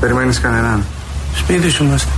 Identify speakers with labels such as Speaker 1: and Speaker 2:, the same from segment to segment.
Speaker 1: Περιμένεις κανέναν.
Speaker 2: Σπίτι σου είμαστε.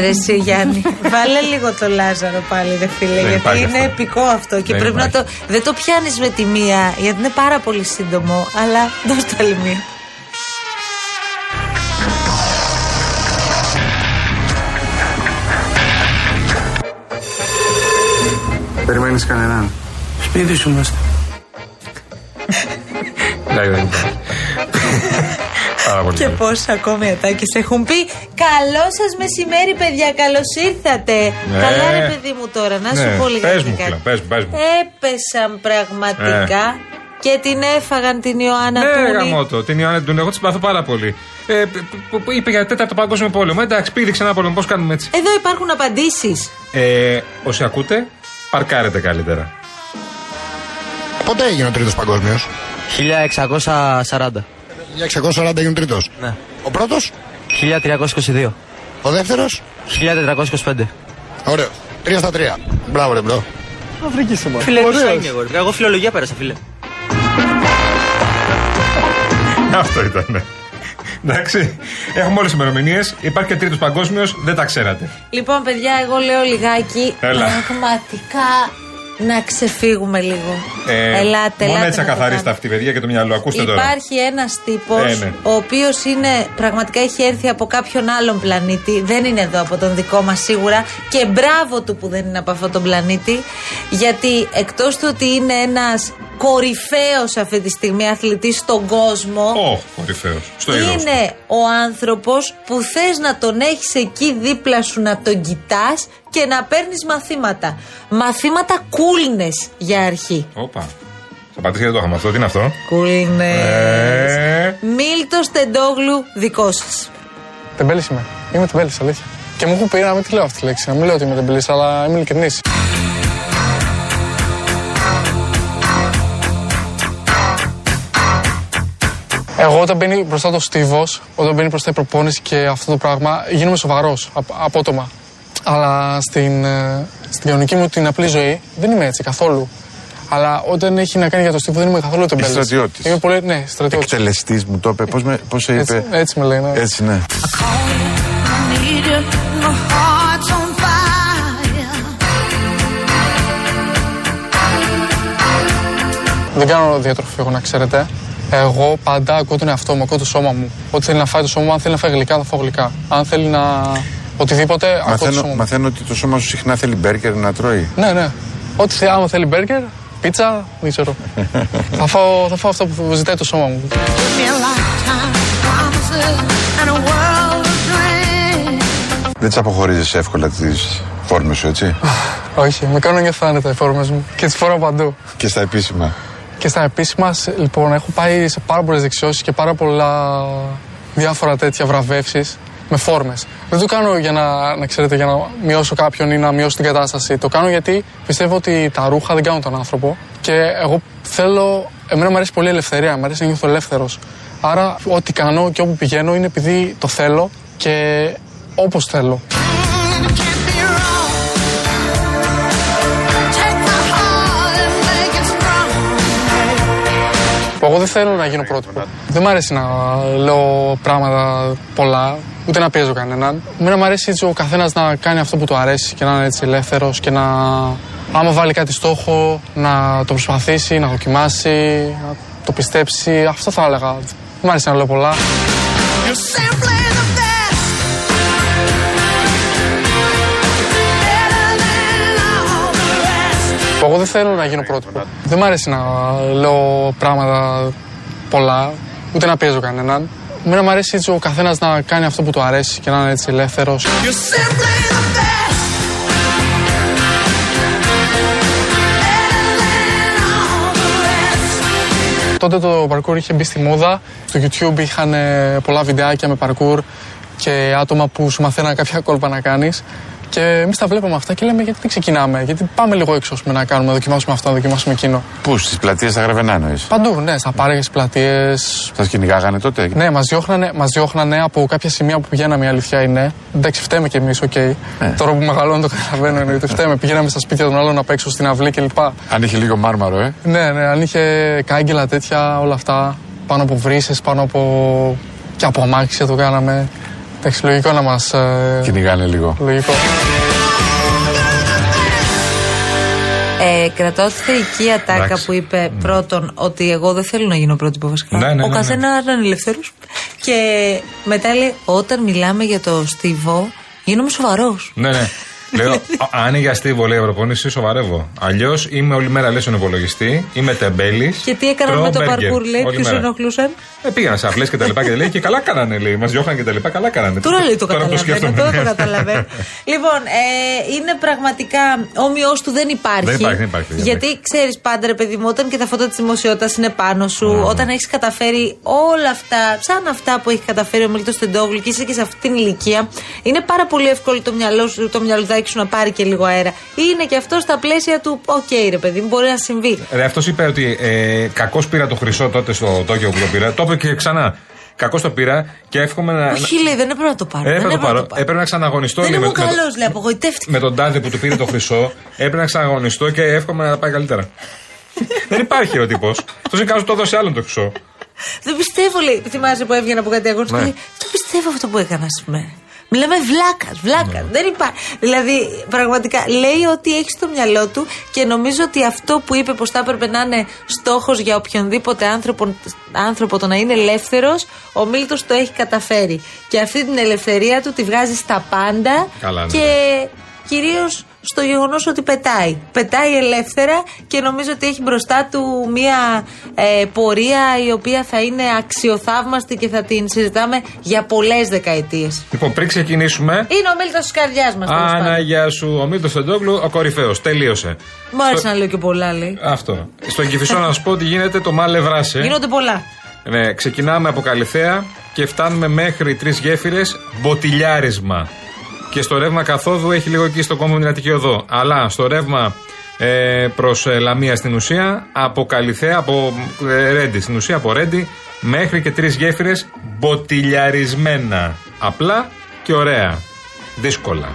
Speaker 3: Ρε εσύ Γιάννη, βάλε λίγο το Λάζαρο πάλι ρε φίλε
Speaker 4: Δεν
Speaker 3: Γιατί
Speaker 4: υπάρχει
Speaker 3: είναι
Speaker 4: αυτό.
Speaker 3: επικό αυτό και
Speaker 4: Δεν
Speaker 3: πρέπει να το...
Speaker 4: υπάρχει.
Speaker 3: Δεν το πιάνεις με τη μία γιατί είναι πάρα πολύ σύντομο Αλλά δώσ' το άλλη μία
Speaker 1: Περιμένεις κανέναν.
Speaker 2: Σπίτι σου είμαστε.
Speaker 4: Εντάξει, δεν υπάρχει. Ναι, Πάρα πολύ.
Speaker 3: Και
Speaker 4: καλό.
Speaker 3: πόσα ακόμη ατάκες έχουν πει Καλό σας μεσημέρι παιδιά, καλώς ήρθατε
Speaker 4: Ναι.
Speaker 3: Καλά ρε παιδί μου τώρα, να σου
Speaker 4: Ναι,
Speaker 3: πω λιγάκι
Speaker 4: πες μου,
Speaker 3: κάτι.
Speaker 4: φίλα, πες μου, πες μου.
Speaker 3: Έπεσαν πραγματικά και την έφαγαν την Ιωάννα
Speaker 4: Ναι,
Speaker 3: Τούρη
Speaker 4: γαμό το. Την Ιωάννη Ντούνη, εγώ τη συμπαθώ πάρα πολύ. Ε, π- π- π- είπε για τέταρτο παγκόσμιο πόλεμο. Ε, Εντάξει, πήδηξε ένα πόλεμο. Πώς κάνουμε έτσι.
Speaker 3: Εδώ υπάρχουν απαντήσεις
Speaker 4: Ε, όσοι ακούτε, παρκάρετε καλύτερα.
Speaker 5: Πότε έγινε ο τρίτος παγκόσμιος.
Speaker 6: 1640.
Speaker 5: Για 640 έγινε ο τρίτος.
Speaker 6: Ναι.
Speaker 5: Ο πρώτος,
Speaker 6: 1322.
Speaker 5: ο δεύτερος.
Speaker 6: 1425.
Speaker 5: Ωραίο. Τρία στα τρία. Μπράβο, ρε μπρο.
Speaker 6: Φίλε, τι είναι εγώ. ρε. Εγώ φιλολογία πέρασα, φίλε.
Speaker 4: Αυτό ήταν. Εντάξει. Έχουμε όλες τις ημερομηνίες. Υπάρχει και τρίτος παγκόσμιος. Δεν τα ξέρατε.
Speaker 3: Λοιπόν, παιδιά, εγώ λέω λιγάκι.
Speaker 4: Έλα.
Speaker 3: Πραγματικά να ξεφύγουμε λίγο.
Speaker 4: Ε,
Speaker 3: ελάτε,
Speaker 4: μόνο
Speaker 3: ελάτε
Speaker 4: έτσι
Speaker 3: να το
Speaker 4: ακαθαρίστε
Speaker 3: κάνουμε.
Speaker 4: αυτή, παιδιά, και το μυαλό. Ακούστε τώρα.
Speaker 3: Υπάρχει ένας τύπος,
Speaker 4: Ε, ναι.
Speaker 3: ο οποίος είναι πραγματικά έχει έρθει από κάποιον άλλον πλανήτη. Δεν είναι εδώ από τον δικό μας σίγουρα. Και μπράβο του που δεν είναι από αυτόν τον πλανήτη. Γιατί εκτός του ότι είναι ένας κορυφαίος αυτή τη στιγμή αθλητής στον κόσμο.
Speaker 4: Ω, κορυφαίος. Στο είδος.
Speaker 3: Είναι ο άνθρωπος που θες να τον έχεις εκεί δίπλα σου να τον κοιτάς και να παίρνεις μαθήματα. Μαθήματα κούλνε για αρχή.
Speaker 4: Όπα. Θα πατήσεις γιατί το είχαμε αυτό. Τι είναι αυτό.
Speaker 3: Κούλνε.
Speaker 4: Ε,
Speaker 3: Μίλτος Τεντόγλου, δικός σα.
Speaker 7: Τεμπέλης είμαι. Είμαι τεμπέλης, αλήθεια. Και μου έχουν πει να μην τη λέω αυτή τη λέξη. Να μην λέω ότι είμαι τεμπέλης, αλλά είμαι ειλικρινής. Εγώ όταν μπαίνει μπροστά το στίβος, όταν μπαίνει μπροστά η προπόνηση και αυτό το πράγμα, γίνομαι σοβαρός απότομα. Αλλά στην, ε, στην κανονική μου την απλή ζωή δεν είμαι έτσι καθόλου. Αλλά όταν έχει να κάνει για το στίβο δεν είμαι καθόλου τεμπέλης.
Speaker 8: στρατιώτης.
Speaker 7: Είμαι πολύ, ναι, στρατιώτης.
Speaker 8: Εκτελεστής μου το είπε. Πώς με πώς σε
Speaker 7: Έτσι,
Speaker 8: είπε.
Speaker 7: έτσι με λέει. ναι.
Speaker 8: Έτσι, ναι.
Speaker 7: Δεν κάνω διατροφή, εγώ να ξέρετε. Εγώ πάντα ακούω τον εαυτό μου, ακούω το σώμα μου. Ό,τι θέλει να φάει το σώμα μου, αν θέλει να φάει γλυκά, θα φάω γλυκά. Αν θέλει να. Οτιδήποτε, ακούω το σώμα
Speaker 8: Μαθαίνω,
Speaker 7: μου.
Speaker 8: μαθαίνω ότι το σώμα σου συχνά θέλει μπέρκερ να τρώει.
Speaker 7: Ναι, ναι. Ό,τι θέλει, άμα θέλει μπέργκερ, πίτσα, δεν ξέρω. θα, φάω, θα φάω αυτό που ζητάει το σώμα μου.
Speaker 8: Δεν τις αποχωρίζεις εύκολα τις φόρμες σου, έτσι.
Speaker 7: Όχι, με κάνουν και φάνητα οι φόρμες μου. Και τις φοράω παντού.
Speaker 8: και στα επίσημα.
Speaker 7: Και στα επίσημα, σε- λοιπόν, έχω πάει σε πάρα πολλές δεξιώσεις και πάρα πολλά διάφορα τέτοια βραβεύσεις με φόρμες. Δεν το κάνω για να, να ξέρετε, για να μειώσω κάποιον ή να μειώσω την κατάσταση. Το κάνω γιατί πιστεύω ότι τα ρούχα δεν κάνουν τον άνθρωπο. Και εγώ θέλω. Εμένα μου αρέσει πολύ η ελευθερία, μου αρέσει να νιώθω ελεύθερος. Άρα, ό,τι κάνω και όπου πηγαίνω είναι επειδή το θέλω και όπως θέλω. Εγώ δεν θέλω να γίνω πρότυπο. Δεν μ' αρέσει να λέω πράγματα πολλά, ούτε να πιέζω κανέναν. Μένα μου αρέσει έτσι ο καθένας να κάνει αυτό που του αρέσει και να είναι έτσι ελεύθερος και να. Άμα βάλει κάτι στόχο, να το προσπαθήσει, να δοκιμάσει, να το πιστέψει. Αυτό θα έλεγα. Δεν μ' αρέσει να λέω πολλά. Εγώ δεν θέλω να γίνω πρότυπο. Δεν μ' αρέσει να λέω πράγματα πολλά, ούτε να πιέζω κανέναν. Μένα μου αρέσει έτσι ο καθένας να κάνει αυτό που του αρέσει και να είναι έτσι ελεύθερος. Τότε το parkour είχε μπει στη μόδα. Στο YouTube είχαν ε, πολλά βιντεάκια με parkour και άτομα που σου μαθαίναν κάποια κόλπα να κάνεις. Και εμείς τα βλέπαμε αυτά και λέμε γιατί δεν ξεκινάμε, γιατί πάμε λίγο έξω ας πούμε, να κάνουμε, να δοκιμάσουμε αυτό, να δοκιμάσουμε εκείνο.
Speaker 8: Πού, στις πλατείες στα γραβενά εννοείς.
Speaker 7: Παντού, ναι, στα πάρεγε, πλατείε.
Speaker 8: Σα κυνηγάγανε τότε.
Speaker 7: Ναι, μας διώχνανε, μας διώχνανε από κάποια σημεία που πηγαίναμε, η αλήθεια είναι. Εντάξει, φταίμε κι εμείς, οκ.
Speaker 8: Ναι.
Speaker 7: Τώρα που μεγαλώνω το καταλαβαίνω, εννοείται. Φταίμε. Πηγαίναμε στα σπίτια των άλλων απ' έξω, στην αυλή κλπ.
Speaker 8: Αν είχε λίγο μάρμαρο, ε.
Speaker 7: Ναι, ναι, αν είχε κάγκελα τέτοια, όλα αυτά. Πάνω από βρύσες, πάνω από. και από αμάξια το κάναμε. Εντάξει, λογικό να μας.
Speaker 8: Κυνηγάνε λίγο.
Speaker 7: λογικό.
Speaker 3: Ε, κρατάω τη θεϊκή ατάκα
Speaker 4: Εντάξει.
Speaker 3: που είπε πρώτον ότι εγώ δεν θέλω να γίνω πρότυπο βασικά.
Speaker 4: Ναι, ναι, ναι,
Speaker 3: Ο
Speaker 4: ναι.
Speaker 3: καθένα είναι ελεύθερο. Και μετά λέει, όταν μιλάμε για το στίβο, γίνομαι σοβαρός.
Speaker 4: Ναι, ναι. Λέω, «Α, αν είναι για στίβο, λέει η προπόνηση, σοβαρεύω. Αλλιώς είμαι όλη μέρα λες στον υπολογιστή, είμαι τεμπέλης.
Speaker 3: Και τι έκαναν με το parkour, λέει, ποιου ενοχλούσαν.
Speaker 4: Ε, πήγαν σε απλέ και τα λοιπά και τα λέει και καλά κάνανε, λέει. Μας διώχναν και τα λοιπά, καλά κάνανε.
Speaker 3: Τώρα λέει το
Speaker 4: που
Speaker 3: καταλαβαίνω.
Speaker 4: σκέφτομαι,
Speaker 3: Τώρα το
Speaker 4: ναι.
Speaker 3: καταλαβαίνω. λοιπόν, ε, είναι πραγματικά. Όμοιός του δεν υπάρχει.
Speaker 4: Δεν υπάρχει, δεν υπάρχει, δεν
Speaker 3: Γιατί ξέρεις πάντα, ρε παιδί μου, όταν και τα φώτα της δημοσιότητας είναι πάνω
Speaker 4: Ναι,
Speaker 3: σου, όταν έχεις καταφέρει όλα αυτά, σαν αυτά που έχει καταφέρει ο Μίλτος Τεντόγλου και είσαι και σε αυτήν την ηλικία, είναι πάρα πολύ εύκολο το μυαλό σου, το μυαλουδάκι σου να πάρει και λίγο αέρα. Είναι και αυτό στα πλαίσια του, οκ, ρε παιδί μου, μπορεί να συμβεί.
Speaker 4: Ρε, αυτός είπε ότι ε, κακώ πήρα το χρυσό τότε στο Τόκιο που το πήρα. Το είπε και ξανά. Κακώ το πήρα και εύχομαι να.
Speaker 3: Όχι, λέει, δεν έπρεπε να το πάρω.
Speaker 4: Έπρεπε,
Speaker 3: δεν
Speaker 4: να το πάρω. έπρεπε να ξαναγωνιστώ.
Speaker 3: Δεν
Speaker 4: λέει,
Speaker 3: ήμουν
Speaker 4: με- με το-
Speaker 3: καλός, λέει, απογοητεύτηκα.
Speaker 4: με τον τάδε που του πήρε το χρυσό, έπρεπε να ξαναγωνιστώ και εύχομαι να τα πάει καλύτερα. Δεν υπάρχει ο τύπος. Αυτό είναι κάποιο που το δώσει άλλον το χρυσό.
Speaker 3: Δεν πιστεύω, λέει. Θυμάσαι που έβγαινα από κάτι αγόρι και
Speaker 4: Ναι.
Speaker 3: λέει, Δεν πιστεύω αυτό που έκανα, α πούμε. Μιλάμε βλάκα, βλάκα. Δεν υπάρχει. Δηλαδή, πραγματικά λέει ότι έχει στο μυαλό του και νομίζω ότι αυτό που είπε πως θα έπρεπε να είναι στόχος για οποιονδήποτε άνθρωπο, άνθρωπο το να είναι ελεύθερος, ο Μίλτος το έχει καταφέρει. Και αυτή την ελευθερία του τη βγάζει στα πάντα
Speaker 4: Καλά, ναι.
Speaker 3: και κυρίως στο γεγονός ότι πετάει. Πετάει ελεύθερα και νομίζω ότι έχει μπροστά του μία ε, πορεία η οποία θα είναι αξιοθαύμαστη και θα την συζητάμε για πολλές δεκαετίες.
Speaker 4: Λοιπόν, πριν ξεκινήσουμε.
Speaker 3: Είναι ο μέλτο της καρδιάς μας.
Speaker 4: Άνα, γεια σου. Ο Μίλτος Τεντόγλου, ο κορυφαίος. Τελείωσε.
Speaker 3: Μου άρεσε να λέω και πολλά, λέει.
Speaker 4: Αυτό. Στον Κυφισό να σου πω ότι γίνεται το Μάλε Βράσε.
Speaker 3: Γίνονται πολλά.
Speaker 4: Ναι, ξεκινάμε από Καλυθέα και φτάνουμε μέχρι τρεις γέφυρες μποτιλιάρισμα. Και στο ρεύμα καθόδου έχει λίγο εκεί στο κόμμα με την Αττική Οδό. Αλλά στο ρεύμα ε, προς Λαμία στην ουσία, από Καλυθέα, από ε, Ρέντι στην ουσία, από Ρέντι, μέχρι και τρεις γέφυρες μποτιλιαρισμένα. Απλά και ωραία. Δύσκολα.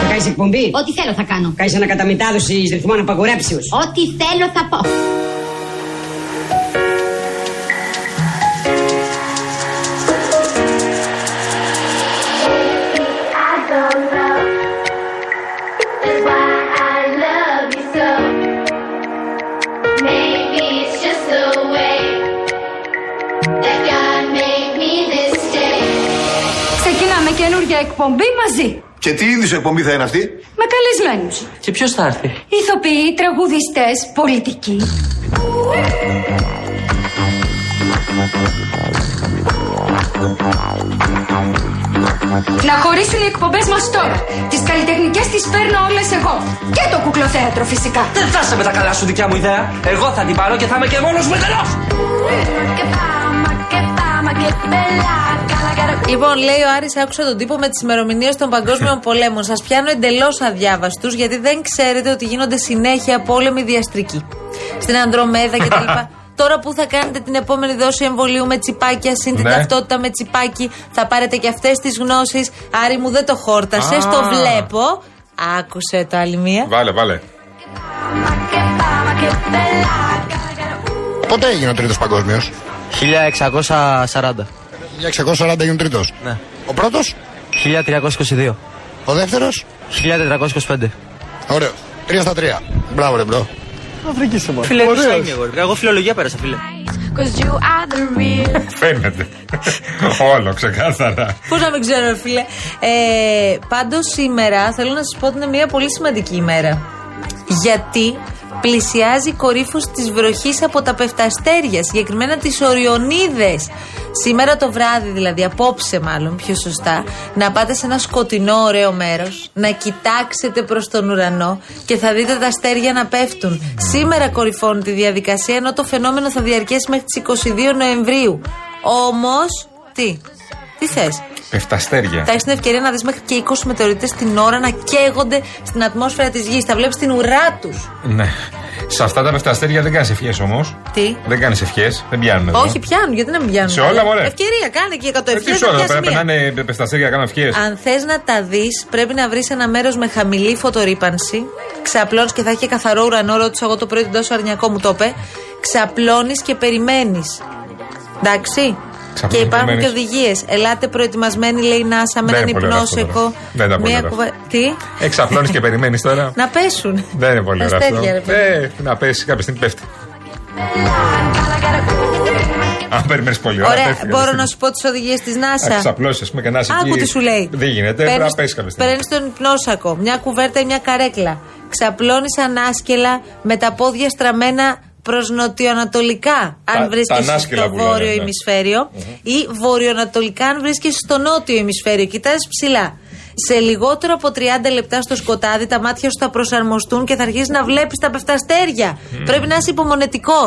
Speaker 9: Θα κάνεις εκπομπή.
Speaker 10: Ό,τι θέλω θα κάνω.
Speaker 9: Κάνεις ανακαταμετάδοση ρυθμών απαγορέψεω.
Speaker 10: Ό,τι θέλω θα πω.
Speaker 9: Ξεκινάμε καινούργια εκπομπή μαζί.
Speaker 5: Και τι είδους εκπομπή θα είναι αυτή.
Speaker 9: Με καλεσμένους.
Speaker 6: Και ποιος θα έρθει.
Speaker 9: Ηθοποιοί, τραγουδιστές, πολιτικοί. Να χωρίσουν οι εκπομπές μας τώρα. Τις καλλιτεχνικές τις παίρνω όλες εγώ. Και το κουκλοθέατρο φυσικά.
Speaker 6: Δεν θα είσαι με τα καλά σου δικιά μου ιδέα. Εγώ θα την πάρω και θα είμαι και μόνος μου καλό.
Speaker 3: Λοιπόν, λέει ο Άρης, άκουσα τον τύπο με τις ημερομηνίες των παγκόσμιων πολέμων. Σας πιάνω εντελώς αδιάβαστους, γιατί δεν ξέρετε ότι γίνονται συνέχεια πόλεμοι διαστρικοί. Στην Ανδρομέδα κτλ. Τώρα που θα κάνετε την επόμενη δόση εμβολίου με τσιπάκια, συν την
Speaker 4: Ναι.
Speaker 3: ταυτότητα με τσιπάκι, θα πάρετε και αυτές τις γνώσεις. Άρη μου, δεν το χόρτασες,
Speaker 4: Α.
Speaker 3: το βλέπω. Άκουσε το άλλη μία.
Speaker 4: Βάλε, βάλε.
Speaker 5: Πότε έγινε ο τρίτος παγκόσμιος.
Speaker 6: 1640.
Speaker 5: Για 640 έγινε ο τρίτος.
Speaker 6: Ναι.
Speaker 5: Ο πρώτος.
Speaker 6: 1322.
Speaker 5: Ο δεύτερος.
Speaker 6: 1425.
Speaker 5: Ωραίο. 3 στα 3. Μπράβο, ρε μπρο.
Speaker 7: Αφρική σε
Speaker 6: Φίλε, ποιο θα είναι εγώ. ρε. Εγώ φιλολογία πέρασα, φίλε.
Speaker 4: Φαίνεται. Όλο ξεκάθαρα.
Speaker 3: Πώς να μην ξέρω, ρε φίλε. Ε, Πάντως σήμερα θέλω να σας πω ότι είναι μια πολύ σημαντική ημέρα. Γιατί πλησιάζει κορύφος της βροχής από τα πεφταστέρια, συγκεκριμένα τι Οριονίδες. Σήμερα το βράδυ, δηλαδή, απόψε μάλλον πιο σωστά, να πάτε σε ένα σκοτεινό ωραίο μέρος, να κοιτάξετε προς τον ουρανό και θα δείτε τα αστέρια να πέφτουν. Σήμερα κορυφώνει τη διαδικασία, ενώ το φαινόμενο θα διαρκέσει μέχρι τις 22 Νοεμβρίου. Όμως, τι, τι θες
Speaker 4: Πεφταστέρια.
Speaker 3: θα έχεις την ευκαιρία να δεις μέχρι και 20 μετεωρίτε την ώρα να καίγονται στην ατμόσφαιρα της γης. Θα βλέπεις την ουρά τους.
Speaker 4: Ναι. Σε αυτά τα πεφταστέρια δεν κάνεις ευχές όμως.
Speaker 3: Τι?
Speaker 4: Δεν κάνεις ευχές. Δεν πιάνουν. εδώ.
Speaker 3: Όχι, πιάνουν, γιατί να μην πιάνουν.
Speaker 4: Σε όλα, μωρέ.
Speaker 3: Ευκαιρία, κάνε και 100
Speaker 4: Ε, τι
Speaker 3: ευχές,
Speaker 4: σου
Speaker 3: να
Speaker 4: όλα,
Speaker 3: πιάσεις μία.
Speaker 4: πέρα περνάνε πεφταστέρια να κάνουν ευχές.
Speaker 3: Αν θες να τα δεις, πρέπει να βρεις ένα μέρος με χαμηλή φωτορύπανση. Ξαπλώνεις και θα έχει και καθαρό ουρανό. Ρώτησα εγώ το πρωί τον τόσο αρνιακό μου το είπε. Ξαπλώνεις και περιμένεις. Εντάξει.
Speaker 4: Ξαπλώνεις
Speaker 3: και
Speaker 4: και
Speaker 3: υπάρχουν και
Speaker 4: περιμένεις.
Speaker 3: οδηγίες. Ελάτε προετοιμασμένοι, λέει η NASA, με
Speaker 4: Δεν
Speaker 3: έναν
Speaker 4: είναι πολύ ωραίο αυτό
Speaker 3: υπνόσεκο.
Speaker 4: τώρα. Δεν τα πολύ
Speaker 3: μία
Speaker 4: ωραία.
Speaker 3: κουβα- Τι.
Speaker 4: Εξαπλώνει και περιμένεις τώρα.
Speaker 3: Να πέσουν.
Speaker 4: Δεν είναι πολύ ωραίο αυτό.
Speaker 3: Αστέρια, ρε παιδί.
Speaker 4: Ε, να πέσει κάποια στιγμή πέφτει. Αν περιμένεις πολύ ώρα.
Speaker 3: Ωραία,
Speaker 4: πέφτει κάποια
Speaker 3: μπορώ
Speaker 4: στιγμή.
Speaker 3: να σου πω τις οδηγίες της
Speaker 4: Να
Speaker 3: NASA.
Speaker 4: ξαπλώσεις, ας πούμε, και να είσαι
Speaker 3: Άκου
Speaker 4: εκεί.
Speaker 3: τι σου λέει.
Speaker 4: Δεν γίνεται, πρέπει να πέσει κάποια στιγμή.
Speaker 3: Παίρνεις τον υπνόσακο, μια κουβέρτα ή μια καρέκλα. Ξαπλώνεις ανάσκελα με τα πόδια στραμμένα προς νοτιοανατολικά, αν
Speaker 4: Τα-
Speaker 3: βρίσκεσαι
Speaker 4: τα ανάσκελα
Speaker 3: στο
Speaker 4: που λένε,
Speaker 3: βόρειο
Speaker 4: ναι.
Speaker 3: ημισφαίριο, ή βορειοανατολικά, αν βρίσκεσαι στο νότιο ημισφαίριο. Κοιτάζει ψηλά. Σε λιγότερο από 30 λεπτά στο σκοτάδι, τα μάτια σου θα προσαρμοστούν και θα αρχίσεις να βλέπεις τα πεφταστέρια. Πρέπει να είσαι υπομονετικός.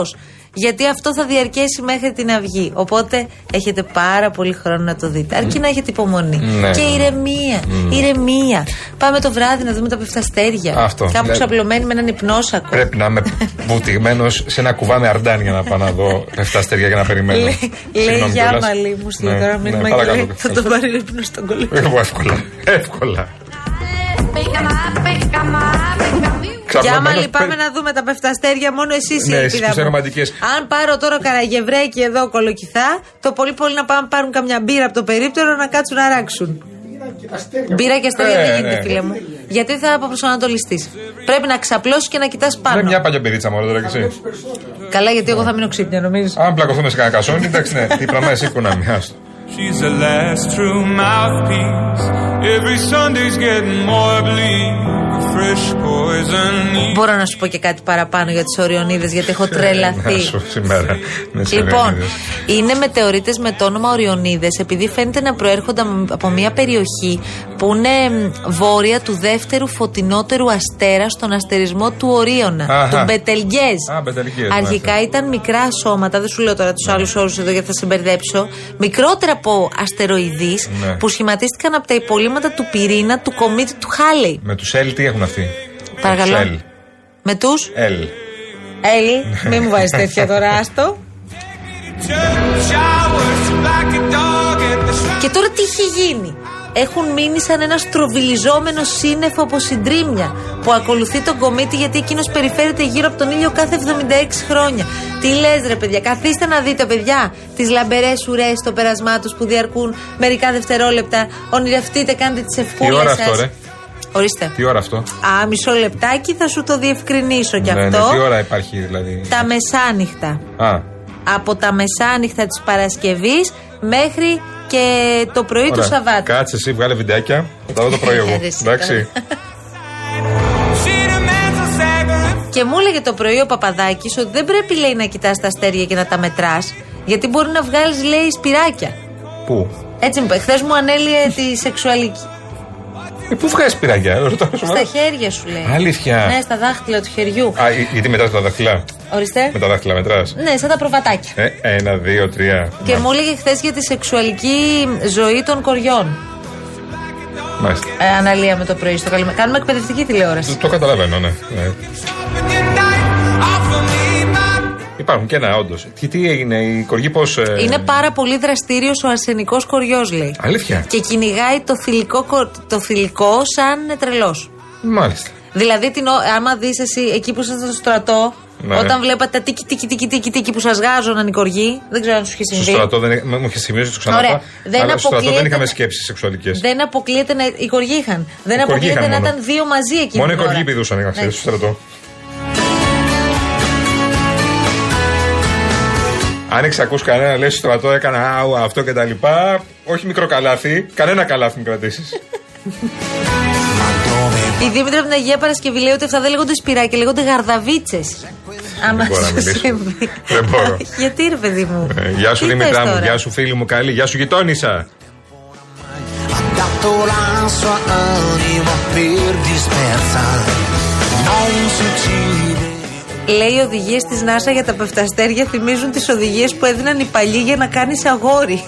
Speaker 3: Γιατί αυτό θα διαρκέσει μέχρι την αυγή. Οπότε έχετε πάρα πολύ χρόνο να το δείτε. Αρκεί να έχετε υπομονή.
Speaker 4: Ναι.
Speaker 3: Και ηρεμία. Ηρεμία. Πάμε το βράδυ να δούμε τα πεφταστέρια.
Speaker 4: Αυτό.
Speaker 3: Κάπου
Speaker 4: Ναι.
Speaker 3: ξαπλωμένοι με έναν υπνόσακο.
Speaker 4: Πρέπει να είμαι βουτυγμένος σε ένα κουβά με αρντάν για να πάω να δω πεφταστέρια για να περιμένω.
Speaker 3: Λέει- Λέει
Speaker 4: Συγγνώμη
Speaker 3: για
Speaker 4: κιόλας.
Speaker 3: μαλλί μου στην
Speaker 4: Ναι,
Speaker 3: τώρα
Speaker 4: ναι,
Speaker 3: μήνυμα και
Speaker 4: παρακαλώ.
Speaker 3: λέει, θα τον πάρει ρύπνο στον κολλή.
Speaker 4: Εγώ εύκολα. Εύκολα.
Speaker 3: Και άμα
Speaker 4: Ξαπλωμένος,
Speaker 3: λυπάμαι
Speaker 4: παίρνει-
Speaker 3: να δούμε τα πεφταστέρια, μόνο εσείς
Speaker 4: Ναι,
Speaker 3: η
Speaker 4: εσείς
Speaker 3: ελπίδα
Speaker 4: που είστε
Speaker 3: μου.
Speaker 4: ρομαντικές.
Speaker 3: Αν πάρω τώρα καραγευρέκι εδώ κολοκυθά, το πολύ πολύ να πάνε πάρουν καμιά μπύρα από το περίπτερο να κάτσουν να ράξουν. Μπύρα και αστέρια
Speaker 4: Ε,
Speaker 3: δεν
Speaker 4: ε.
Speaker 3: γίνεται, φίλε μου. Γιατί θα αποπροσανατολιστεί. Πρέπει να ξαπλώσεις και να κοιτάς πάνω.
Speaker 4: Είναι Ναι, μια παλιοπυρίτσα μόνο τώρα κι εσύ.
Speaker 3: Καλά, γιατί εγώ θα μείνω ξύπνια, νομίζω.
Speaker 4: Αν πλακωθούμε σε κανένα κασόνι, εντάξει, ναι, τι πράγμα εσύ που να μοιάζει.
Speaker 2: She's the last true mouthpiece. Every Sunday's getting more bleak. Fresh poison each
Speaker 3: Μπορώ να σου πω και κάτι παραπάνω για τις Οριονίδες, γιατί
Speaker 4: Ναι,
Speaker 3: έχω τρελαθεί.
Speaker 4: Σήμερα. Ναι, με τις
Speaker 3: Λοιπόν,
Speaker 4: Ελληνίδες.
Speaker 3: είναι μετεωρίτες με το όνομα Οριονίδες, επειδή φαίνεται να προέρχονται από μια περιοχή που είναι μ, βόρεια του δεύτερου φωτεινότερου αστέρα στον αστερισμό του Ορίωνα,
Speaker 4: Αχα.
Speaker 3: του Μπετελγκέζ.
Speaker 4: Α, Μπετελγκέζ,
Speaker 3: Αρχικά
Speaker 4: μάλιστα.
Speaker 3: ήταν μικρά σώματα, δεν σου λέω τώρα τους άλλους όρους εδώ γιατί θα σε μπερδέψω. Μικρότερα από αστεροειδή
Speaker 4: Ναι.
Speaker 3: που σχηματίστηκαν από τα υπολείμματα του πυρήνα του κομίτη του Χάλεϊ.
Speaker 4: Με τους L τι έχουν αυτοί.
Speaker 3: Παρακαλώ.
Speaker 4: Τους L.
Speaker 3: Με τους.
Speaker 4: L.
Speaker 3: Έλλη, μην μου βάζεις τέτοια τώρα, άστο.
Speaker 2: hours like a dog at the
Speaker 3: Και τώρα τι έχει γίνει. Έχουν μείνει σαν ένα στροβιλιζόμενο σύννεφο από συντρίμια που ακολουθεί τον κομίτη γιατί εκείνος περιφέρεται γύρω από τον ήλιο κάθε 76 χρόνια. Τι λες, ρε παιδιά, καθίστε να δείτε, παιδιά, τις λαμπερές ουρές στο πέρασμά τους που διαρκούν μερικά δευτερόλεπτα. Ονειρευτείτε, κάντε τις
Speaker 4: Τι ώρα
Speaker 3: ευκούλε
Speaker 4: αυτό, ρε.
Speaker 3: σα. Ορίστε.
Speaker 4: Τι ώρα αυτό.
Speaker 3: Α, μισό λεπτάκι θα σου το διευκρινίσω κι
Speaker 4: Ναι, ναι,
Speaker 3: αυτό.
Speaker 4: τι ώρα υπάρχει δηλαδή.
Speaker 3: Τα μεσάνυχτα
Speaker 4: Α,
Speaker 3: από τα μεσάνυχτα της Παρασκευής μέχρι και το πρωί του
Speaker 4: ωραία.
Speaker 3: Σαββάτου.
Speaker 4: Κάτσε εσύ, βγάλε βιντεάκια. Θα τα δω το πρωί εγώ.
Speaker 3: Ρε, εσύ
Speaker 4: Εντάξει.
Speaker 2: She demands a sacrifice.
Speaker 3: Και μου έλεγε το πρωί ο Παπαδάκης ότι δεν πρέπει λέει να κοιτάς τα αστέρια και να τα μετράς γιατί μπορεί να βγάλεις λέει σπυράκια.
Speaker 4: Πού.
Speaker 3: Έτσι μου είπε. Χθες μου ανέλυε τη σεξουαλική.
Speaker 4: Ε, πού βγάζει πειραγιά, ρωτάω
Speaker 3: Στα
Speaker 4: σοβαρά.
Speaker 3: χέρια σου λέει.
Speaker 4: Αλήθεια.
Speaker 3: Ναι, στα δάχτυλα του χεριού.
Speaker 4: Α, ε, γιατί μετρά τα δάχτυλα.
Speaker 3: Ορίστε.
Speaker 4: Με τα δάχτυλα μετράς.
Speaker 3: Ναι, σαν τα προβατάκια.
Speaker 4: Ε, ένα, δύο, τρία.
Speaker 3: Και
Speaker 4: Να,
Speaker 3: μου έλεγε χθες για τη σεξουαλική ζωή των κοριών.
Speaker 4: μάλιστα.
Speaker 3: Ε, αναλύαμε το πρωί στο καλημέρα. Κάνουμε εκπαιδευτική τηλεόραση.
Speaker 4: Το, το καταλαβαίνω, ναι. ναι.
Speaker 2: Offer me my
Speaker 4: Υπάρχουν και ένα, όντως. Τι, τι έγινε, η κοργή πώς. Ε...
Speaker 3: Είναι πάρα πολύ δραστήριος ο αρσενικός κοριός, λέει.
Speaker 4: Αλήθεια.
Speaker 3: Και κυνηγάει το θηλυκό, κο- το θηλυκό σαν τρελός.
Speaker 4: Μάλιστα.
Speaker 3: Δηλαδή, την, ο- άμα δεις εσύ εκεί που ήσασταν στο στρατό,
Speaker 4: Ναι.
Speaker 3: όταν βλέπατε τα τίκι, τίκι, τίκι, τίκι, τίκι που σας γάζωναν οι κοργοί, δεν ξέρω αν σου είχε
Speaker 4: Στο
Speaker 3: συμβεί.
Speaker 4: στρατό δεν, μου είχε σημειώσει το
Speaker 3: Ωραία.
Speaker 4: ξαναπά.
Speaker 3: Δεν
Speaker 4: αλλά στο στρατό δεν
Speaker 3: αποκλείεται
Speaker 4: είχαμε
Speaker 3: να-
Speaker 4: σκέψεις σεξουαλικές.
Speaker 3: Δεν αποκλείεται να. Οι κοργοί είχαν. Δεν
Speaker 4: Οι κοργοί
Speaker 3: αποκλείεται
Speaker 4: είχαν
Speaker 3: να
Speaker 4: μόνο.
Speaker 3: ήταν δύο μαζί εκεί.
Speaker 4: Μόνο οι κοργοί πηδούσαν είχα ξέρει, στο
Speaker 3: Ναι.
Speaker 4: στρατό. Αν εξακούς κανένα, λες στο στρατό έκανα άου αυτό και τα λοιπά. Όχι μικρό καλάθι, κανένα καλάθι μην κρατήσεις.
Speaker 2: Don't be
Speaker 3: Ναι. Η Δήμητρα από την Αγία Παρασκευή λέει ότι αυτά δεν λέγονται σπυράκια, λέγονται γαρδαβίτσες. Άμα
Speaker 4: μπορώ να
Speaker 3: σου
Speaker 4: μιλήσω.
Speaker 3: συμβεί.
Speaker 4: Δεν μπορώ.
Speaker 3: Γιατί ρε παιδί μου.
Speaker 4: Ε, Γεια σου
Speaker 3: Τι
Speaker 4: Δημητρά
Speaker 3: θες
Speaker 4: μου,
Speaker 3: τώρα?
Speaker 4: γεια σου φίλη μου καλή, γεια σου γειτόνισσα.
Speaker 11: Dato la sua anima per dispersa, non si uccide.
Speaker 3: Λέει οι οδηγίες της NASA για τα πεφταστέρια θυμίζουν τις οδηγίες που έδιναν οι παλιοί για να κάνεις αγόρι.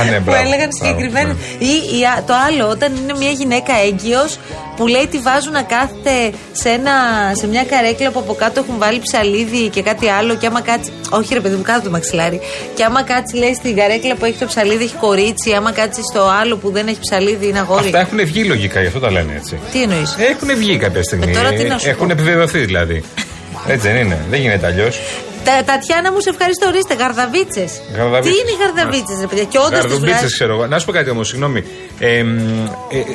Speaker 4: Α, ναι,
Speaker 3: που
Speaker 4: Ε, μπράβο,
Speaker 3: έλεγαν
Speaker 4: μπράβο,
Speaker 3: συγκεκριμένα.
Speaker 4: ναι.
Speaker 3: Ή ή α- το άλλο, όταν είναι μια γυναίκα έγκυος που λέει τη βάζουν να κάθεται σε, ένα, σε μια καρέκλα που από κάτω έχουν βάλει ψαλίδι και κάτι άλλο. Και άμα κάτσει. Όχι, ρε παιδί μου, κάτω το μαξιλάρι. Και άμα κάτσει, λέει στην καρέκλα που έχει το ψαλίδι έχει κορίτσι. Άμα κάτσει στο άλλο που δεν έχει ψαλίδι είναι αγόρι.
Speaker 4: Αυτά έχουν βγει λογικά, γι' αυτό τα λένε έτσι.
Speaker 3: Τι εννοείς.
Speaker 4: Έχουν βγει κάποια στιγμή.
Speaker 3: Ε, τώρα τι να σου
Speaker 4: Έχουν
Speaker 3: πω.
Speaker 4: επιβεβαιωθεί δηλαδή. Έτσι δεν είναι, δεν γίνεται αλλιώς.
Speaker 3: Τα, Τατιάνα μου, σε ευχαριστώ. Ορίστε, γαρδαβίτσες. Τι
Speaker 4: Γαρδαβίτσες.
Speaker 3: είναι οι γαρδαβίτσες, ρε παιδιά. Και όντως τι
Speaker 4: Καρδουμπίτσε,
Speaker 3: βγάζει.
Speaker 4: ξέρω εγώ. Να σου πω κάτι όμως, συγγνώμη. Ε, ε,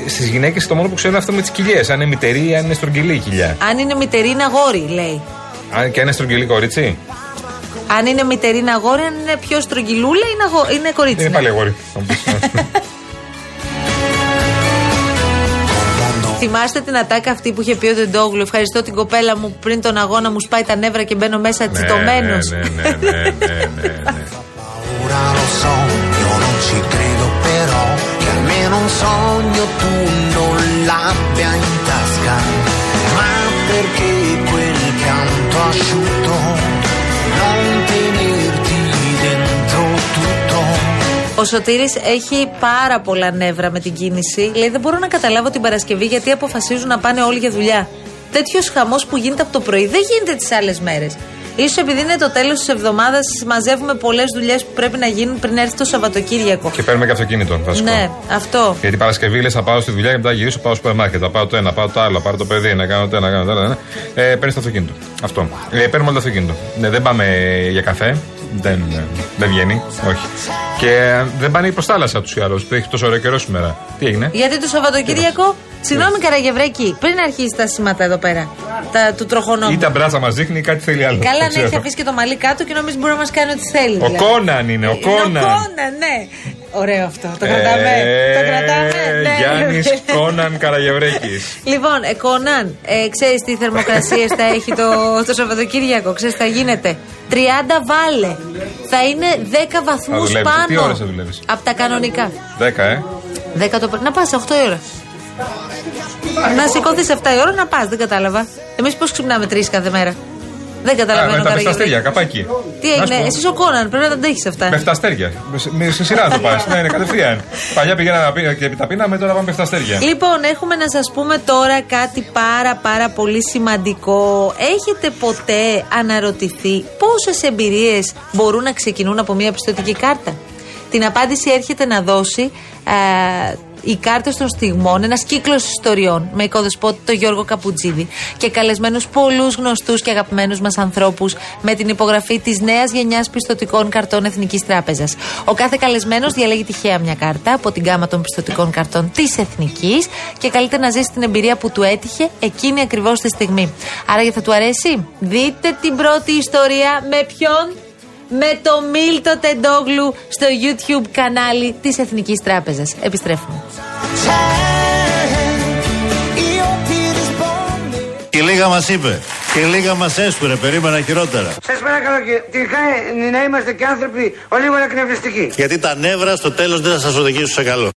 Speaker 4: Στις γυναίκες το μόνο που ξέρω είναι αυτό με τις κοιλιές. Αν είναι μητερή ή αν είναι στρογγυλή η κοιλιά.
Speaker 3: Αν είναι μητερή, είναι αγόρι, λέει.
Speaker 4: Αν και αν είναι στρογγυλή κορίτσι.
Speaker 3: Αν είναι μητερή, είναι αγόρι. Αν είναι πιο στρογγυλούλα, είναι, αγο... είναι κορίτσι.
Speaker 4: Είναι
Speaker 3: ναι.
Speaker 4: πάλι αγόρι. θα μου πεις.
Speaker 3: Θυμάστε την ατάκα αυτή που είχε πει ο Δεντόγλου. Ευχαριστώ την κοπέλα μου πριν τον αγώνα μου σπάει τα νεύρα και μπαίνω μέσα
Speaker 4: Ναι, ναι,
Speaker 3: τσιτωμένο.
Speaker 4: ναι, ναι, ναι, ναι, ναι, ναι.
Speaker 11: Ora lo so, io non ci credo però che almeno un sogno tu non l'abbia in tasca. Ma perché quel pianto asciutto non tenerti dentro tutto?
Speaker 3: Ο Σωτήρης έχει πάρα πολλά νεύρα με την κίνηση. Λέει: Δεν μπορώ να καταλάβω την Παρασκευή γιατί αποφασίζουν να πάνε όλοι για δουλειά. Τέτοιος χαμός που γίνεται από το πρωί δεν γίνεται τις άλλες μέρες. σω επειδή είναι το τέλος της εβδομάδας, μαζεύουμε πολλές δουλειές που πρέπει να γίνουν πριν έρθει το Σαββατοκύριακο.
Speaker 4: Και παίρνουμε και αυτοκίνητο βασικό.
Speaker 3: Ναι, αυτό.
Speaker 4: Γιατί Παρασκευή λες, θα πάω στη δουλειά και μετά γυρίσω, πάω στο σούπερ μάρκετ. Θα πάω το ένα, πάω το άλλο, πάρω το παιδί, να κάνω το ένα, να κάνω το άλλο. ναι. Ε, Παίρνεις το αυτοκίνητο. Αυτό. Ε, παίρνουμε όλο το αυτοκίνητο. Ναι, δεν πάμε για καφέ. Δεν, ε, δεν βγαίνει. Όχι. Και ε, δεν πάνε προς θάλασσα τους ή άλλους που έχει τόσο ωραίο καιρό σήμερα. Τι έγινε.
Speaker 3: Γιατί το Σαββατοκύριακο. Συγγνώμη, Καραγευρέκη, πριν αρχίσει τα σήματα εδώ πέρα, τα, του τροχονόμου.
Speaker 4: Ή τα μπράτσα μας δείχνει ή κάτι θέλει άλλο.
Speaker 3: Καλά,
Speaker 4: Δεν
Speaker 3: ναι,
Speaker 4: ξέρω.
Speaker 3: έχει αφήσει και το μαλλί κάτω και νομίζω μπορεί να μας κάνει ό,τι θέλει.
Speaker 4: Ο
Speaker 3: δηλαδή.
Speaker 4: Κόναν είναι, ο
Speaker 3: Είναι Ο
Speaker 4: Κόναν.
Speaker 3: Κόναν, ναι. Ωραίο αυτό. Το κρατάμε.
Speaker 4: Ε,
Speaker 3: το κρατάμε. Ναι.
Speaker 4: Γιάννης Κόναν Καραγευρέκης.
Speaker 3: Λοιπόν, ε, Κόναν, ε, ξέρεις τι θερμοκρασίες θα έχει το, το Σαββατοκύριακο. Ξέρεις τι θα γίνεται. 30 βάλε. Θα είναι 10 βαθμού
Speaker 4: δουλεύεις.
Speaker 3: πάνω.
Speaker 4: Τι ώρες θα δουλεύεις?
Speaker 3: Από τα κανονικά.
Speaker 4: 10, ε.
Speaker 3: 10 το πρωί. Να πας 8 η ώρα. Να σηκώθει 7 η ώρα να πας. Δεν κατάλαβα. Εμείς πώς ξυπνάμε 3 κάθε μέρα. Δεν
Speaker 4: Α, με
Speaker 3: καταλαβαίνω
Speaker 4: τα
Speaker 3: Καραγευρέκη.
Speaker 4: πεφταστέρια, καπάκι.
Speaker 3: Τι
Speaker 4: Να σου
Speaker 3: έγινε,
Speaker 4: πω.
Speaker 3: εσύ ο Κόναν, πρέπει να τα αντέχεις αυτά.
Speaker 4: Με φταστέρια. Με σε σειρά το πα. ναι, είναι κατευθείαν. Παλιά πηγαίναμε να πει- και τα πίναμε, τώρα πάμε με φταστέρια.
Speaker 3: Λοιπόν, έχουμε να σας πούμε τώρα κάτι πάρα πάρα πολύ σημαντικό. Έχετε ποτέ αναρωτηθεί πόσες εμπειρίες μπορούν να ξεκινούν από μια πιστωτική κάρτα. Την απάντηση έρχεται να δώσει ε, οι κάρτε των στιγμών, ένας κύκλος ιστοριών με οικοδεσπότη τον Γιώργο Καπουτζίδη και καλεσμένους πολλούς γνωστούς και αγαπημένους μας ανθρώπους με την υπογραφή της νέας γενιάς πιστοτικών καρτών Εθνικής Τράπεζας. Ο κάθε καλεσμένος διαλέγει τυχαία μια κάρτα από την γάμα των πιστοτικών καρτών της Εθνικής και καλείται να ζήσει την εμπειρία που του έτυχε εκείνη ακριβώς τη στιγμή. Άρα για θα του αρέσει, δείτε την πρώτη ιστορία με ποιον με το Μίλτο Τεντόγλου στο YouTube κανάλι της Εθνικής Τράπεζας. Επιστρέφουμε.
Speaker 11: Io ti rispondo.
Speaker 12: Και λίγα μας είπε. Και λίγα μας έσκουρε. Περίμενα χειρότερα.
Speaker 13: Σας παρακαλώ και τελικά ε, να είμαστε και άνθρωποι ολίγο εκνευριστικοί.
Speaker 12: Γιατί τα νεύρα στο τέλος δεν θα σας οδηγήσουν σε καλό.